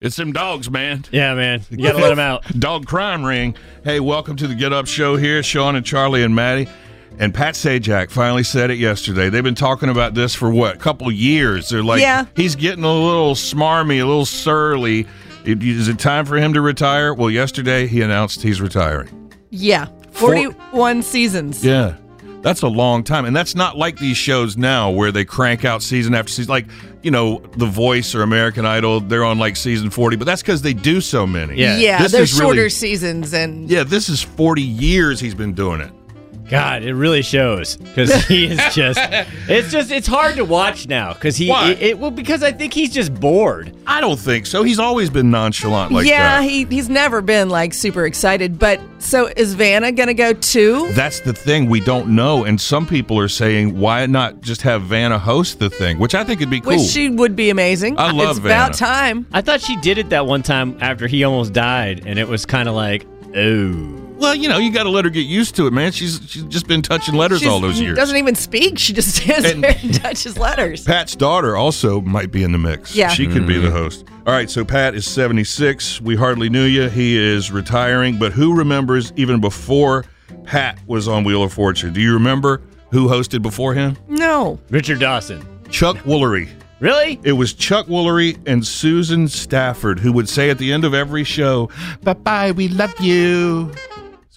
It's them dogs, man. Yeah, man. You got to let them out. Dog crime ring. Hey, welcome to the Get Up Show here. Sean and Charlie and Maddie. And Pat Sajak finally said it yesterday. They've been talking about this for what, a couple years. They're like, Yeah. he's getting a little smarmy, a little surly. It- Is it time for him to retire? Well, yesterday he announced he's retiring. Yeah. 41 seasons. Yeah. That's a long time. And that's not like these shows now where they crank out season after season. Like, you know, The Voice or American Idol, they're on like season 40, but that's because they do so many. Yeah. This they're is really- shorter seasons and Yeah, this is 40 years he's been doing it. God, it really shows because he is just. It's just. It's hard to watch now because he. Why? It, it- well, because I think he's just bored. I don't think so. He's always been nonchalant like yeah, that. he he's never been like super excited. But so is Vanna gonna go too? That's the thing we don't know. And some people are saying, why not just have Vanna host the thing? Which I think would be cool. Which she would be amazing. I love It's about Vanna. time. I thought she did it that one time after he almost died, and it was kind of like, oh, well, you know, you got to let her get used to it, man. She's she's just been touching letters She all those years. doesn't e-, even speak. She just stands And- there and touches letters. Pat's daughter also might be in the mix. Yeah. She could be the host. All right, so Pat is 76. We hardly knew you. He is retiring, but who remembers even before Pat was on Wheel of Fortune? Do you remember who hosted before him? No. Richard Dawson. Chuck Woolery. Really? It was Chuck Woolery and Susan Stafford who would say at the end of every show, Bye bye, we love you. It's